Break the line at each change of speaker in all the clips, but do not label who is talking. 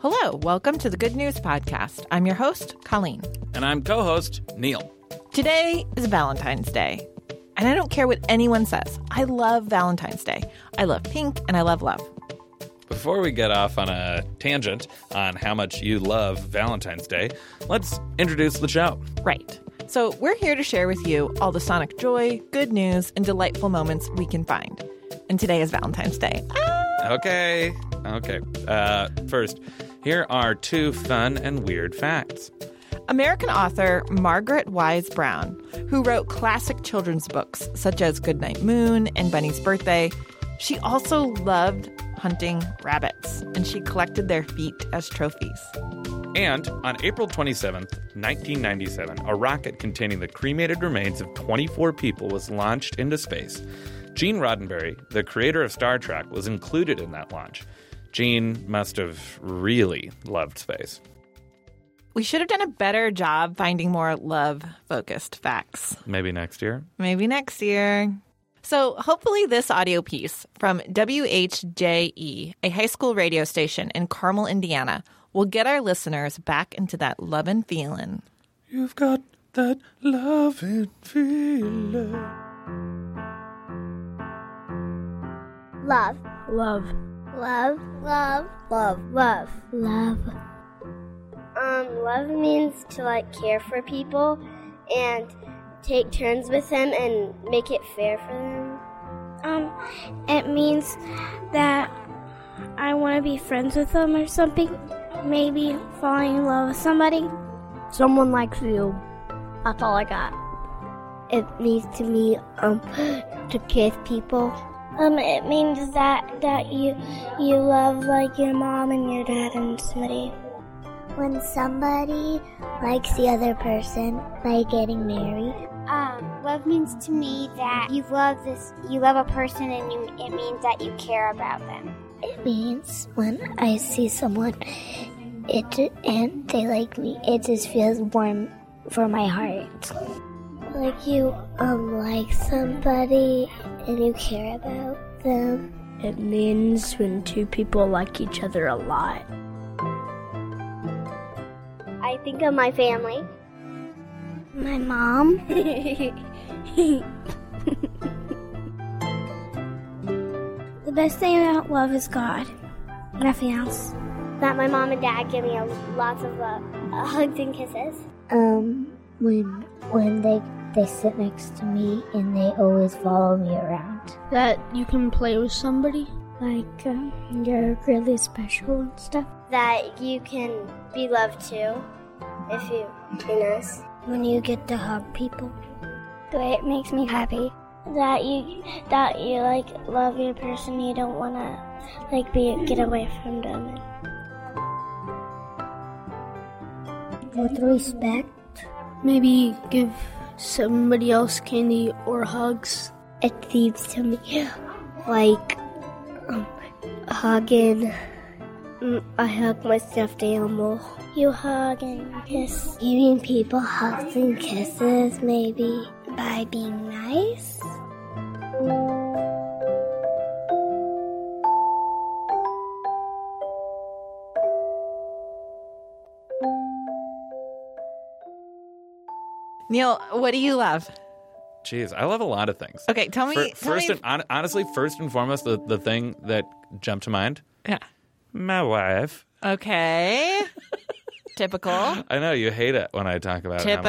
Hello, welcome to the Good News Podcast. I'm your host, Colleen.
And I'm co host Neil.
Today is Valentine's Day. And I don't care what anyone says. I love Valentine's Day. I love pink and I love love.
Before we get off on a tangent on how much you love Valentine's Day, let's introduce the show.
Right. So, we're here to share with you all the sonic joy, good news, and delightful moments we can find. And today is Valentine's Day.
Okay, okay. Uh, first, here are two fun and weird facts.
American author Margaret Wise Brown, who wrote classic children's books such as Goodnight Moon and Bunny's Birthday, she also loved hunting rabbits and she collected their feet as trophies.
And on April 27th, 1997, a rocket containing the cremated remains of 24 people was launched into space. Gene Roddenberry, the creator of Star Trek, was included in that launch. Gene must have really loved space.
We should have done a better job finding more love focused facts.
Maybe next year?
Maybe next year. So, hopefully, this audio piece from WHJE, E, a high school radio station in Carmel, Indiana, will get our listeners back into that lovin' feelin'.
You've got that loving feeling.
Love. Love. Love. Love. Love. Love. Love. Um, love means to like care for people and take turns with them and make it fair for them. Um, it means that I want to be friends with them or something. Maybe falling in love with somebody. Someone likes you. That's all I got. It means to me um to kiss people. Um, it means that that you you love like your mom and your dad and somebody. When somebody likes the other person by getting married.
Um, love means to me that you love this, you love a person, and you, it means that you care about them.
It means when I see someone, it ju- and they like me. It just feels warm for my heart. Like you um like somebody and you care about them.
It means when two people like each other a lot.
I think of my family.
My mom. the best thing about love is God. Nothing else.
That my mom and dad give me a, lots of love, uh, hugs and kisses.
Um, when when they they sit next to me and they always follow me around.
That you can play with somebody.
Like um, you're really special and stuff.
That you can be loved too, if you, you know. s-
When you get to hug people.
The way it makes me happy.
That you that you like love your person, you don't wanna like be get away from them. With respect.
Maybe give somebody else candy or hugs.
it seems to me like um, hugging. Mm, I hug my stuffed animal. You hug and kiss. You mean people hugs and kisses, maybe by being nice.
Neil, what do you love?
Jeez, I love a lot of things.
Okay, tell me.
Fir-
tell
first
me-
and hon- honestly, first and foremost, the, the thing that jumped to mind,
yeah.
my wife.
Okay. Typical.
I know you hate it when I talk about how much I love her.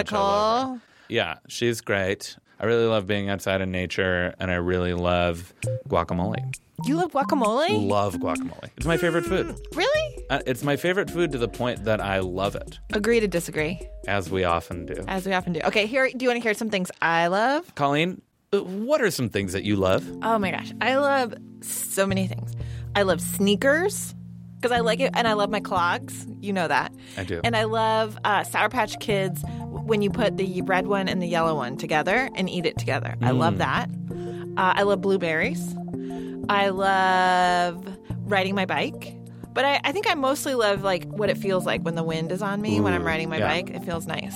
Typical.
Yeah, she's great. I really love being outside in nature, and I really love guacamole.
You love guacamole?
Love guacamole. It's my favorite food.
Really?
Uh, It's my favorite food to the point that I love it,
Agree to disagree,
as we often do.
as we often do. Okay, here. Do you want to hear some things I love?
Colleen, uh, what are some things that you love?
Oh my gosh, I love so many things. I love sneakers because I like it, and I love my clogs. You know that.
I do.
And I love uh, Sour Patch Kids w- when you put the red one and the yellow one together and eat it together. I
Mm.
love that. Uh, I love blueberries. I love riding my bike. But I, I think I mostly love like what it feels like when the wind is on me when I'm
Ooh,
riding my
yeah.
bike. It feels nice.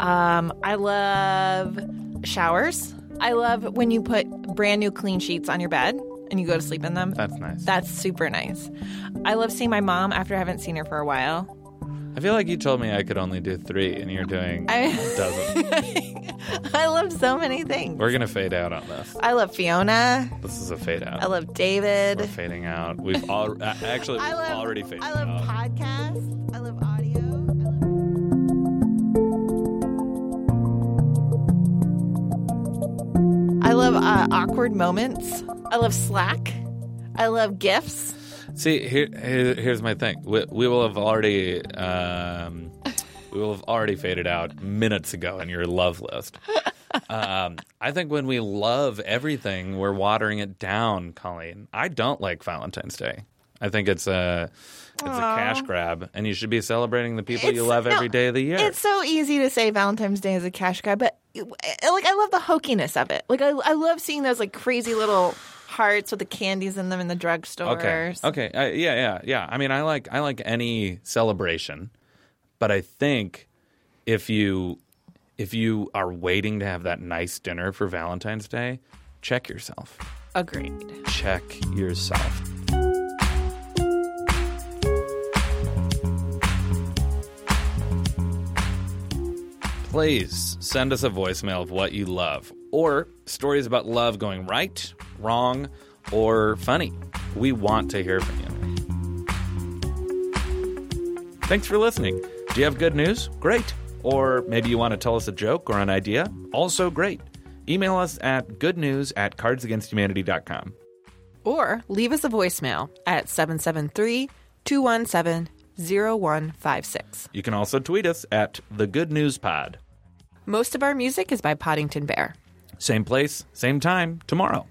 Um, I love showers. I love when you put brand new clean sheets on your bed and you go to sleep in them.
That's nice.
That's super nice. I love seeing my mom after I haven't seen her for a while.
I feel like you told me I could only do three, and you're doing
I-
dozen.
I love so many things.
We're gonna fade out on this.
I love Fiona.
This is a fade out.
I love David.
We're fading out. We've all uh, actually
I
we've
love,
already faded
I love
out.
podcasts. I love audio. I love- I love uh, awkward moments. I love Slack. I love GIFs.
See, here, here, here's my thing. We, we will have already, um, we will have already faded out minutes ago in your love list. Um, I think when we love everything, we're watering it down, Colleen. I don't like Valentine's Day. I think it's a, it's a cash grab, and you should be celebrating the people you
It's-
love
no,
every day of the year.
It's so easy to say Valentine's Day is a cash grab, but uh, like I love the hokiness of it. Like I, I love seeing those like crazy little hearts with the candies in them in the drugstores.
Okay. Okay. Uh, yeah. Yeah. Yeah. I mean, I like I like any celebration, but I think if you if you are waiting to have that nice dinner for Valentine's Day, check yourself.
Agreed.
Check yourself. Please send us a voicemail of what you love or stories about love going right, wrong, or funny. We want to hear from you. Thanks for listening. Do you have good news? Great. Or maybe you want to tell us a joke or an idea? Also great. Email us at goodnews at cardsagainsthumanity.com.
Or leave us a voicemail at 773 217 0156.
You can also tweet us at the Good News Pod.
Most of our music is by Poddington Bear.
Same place, same time, tomorrow.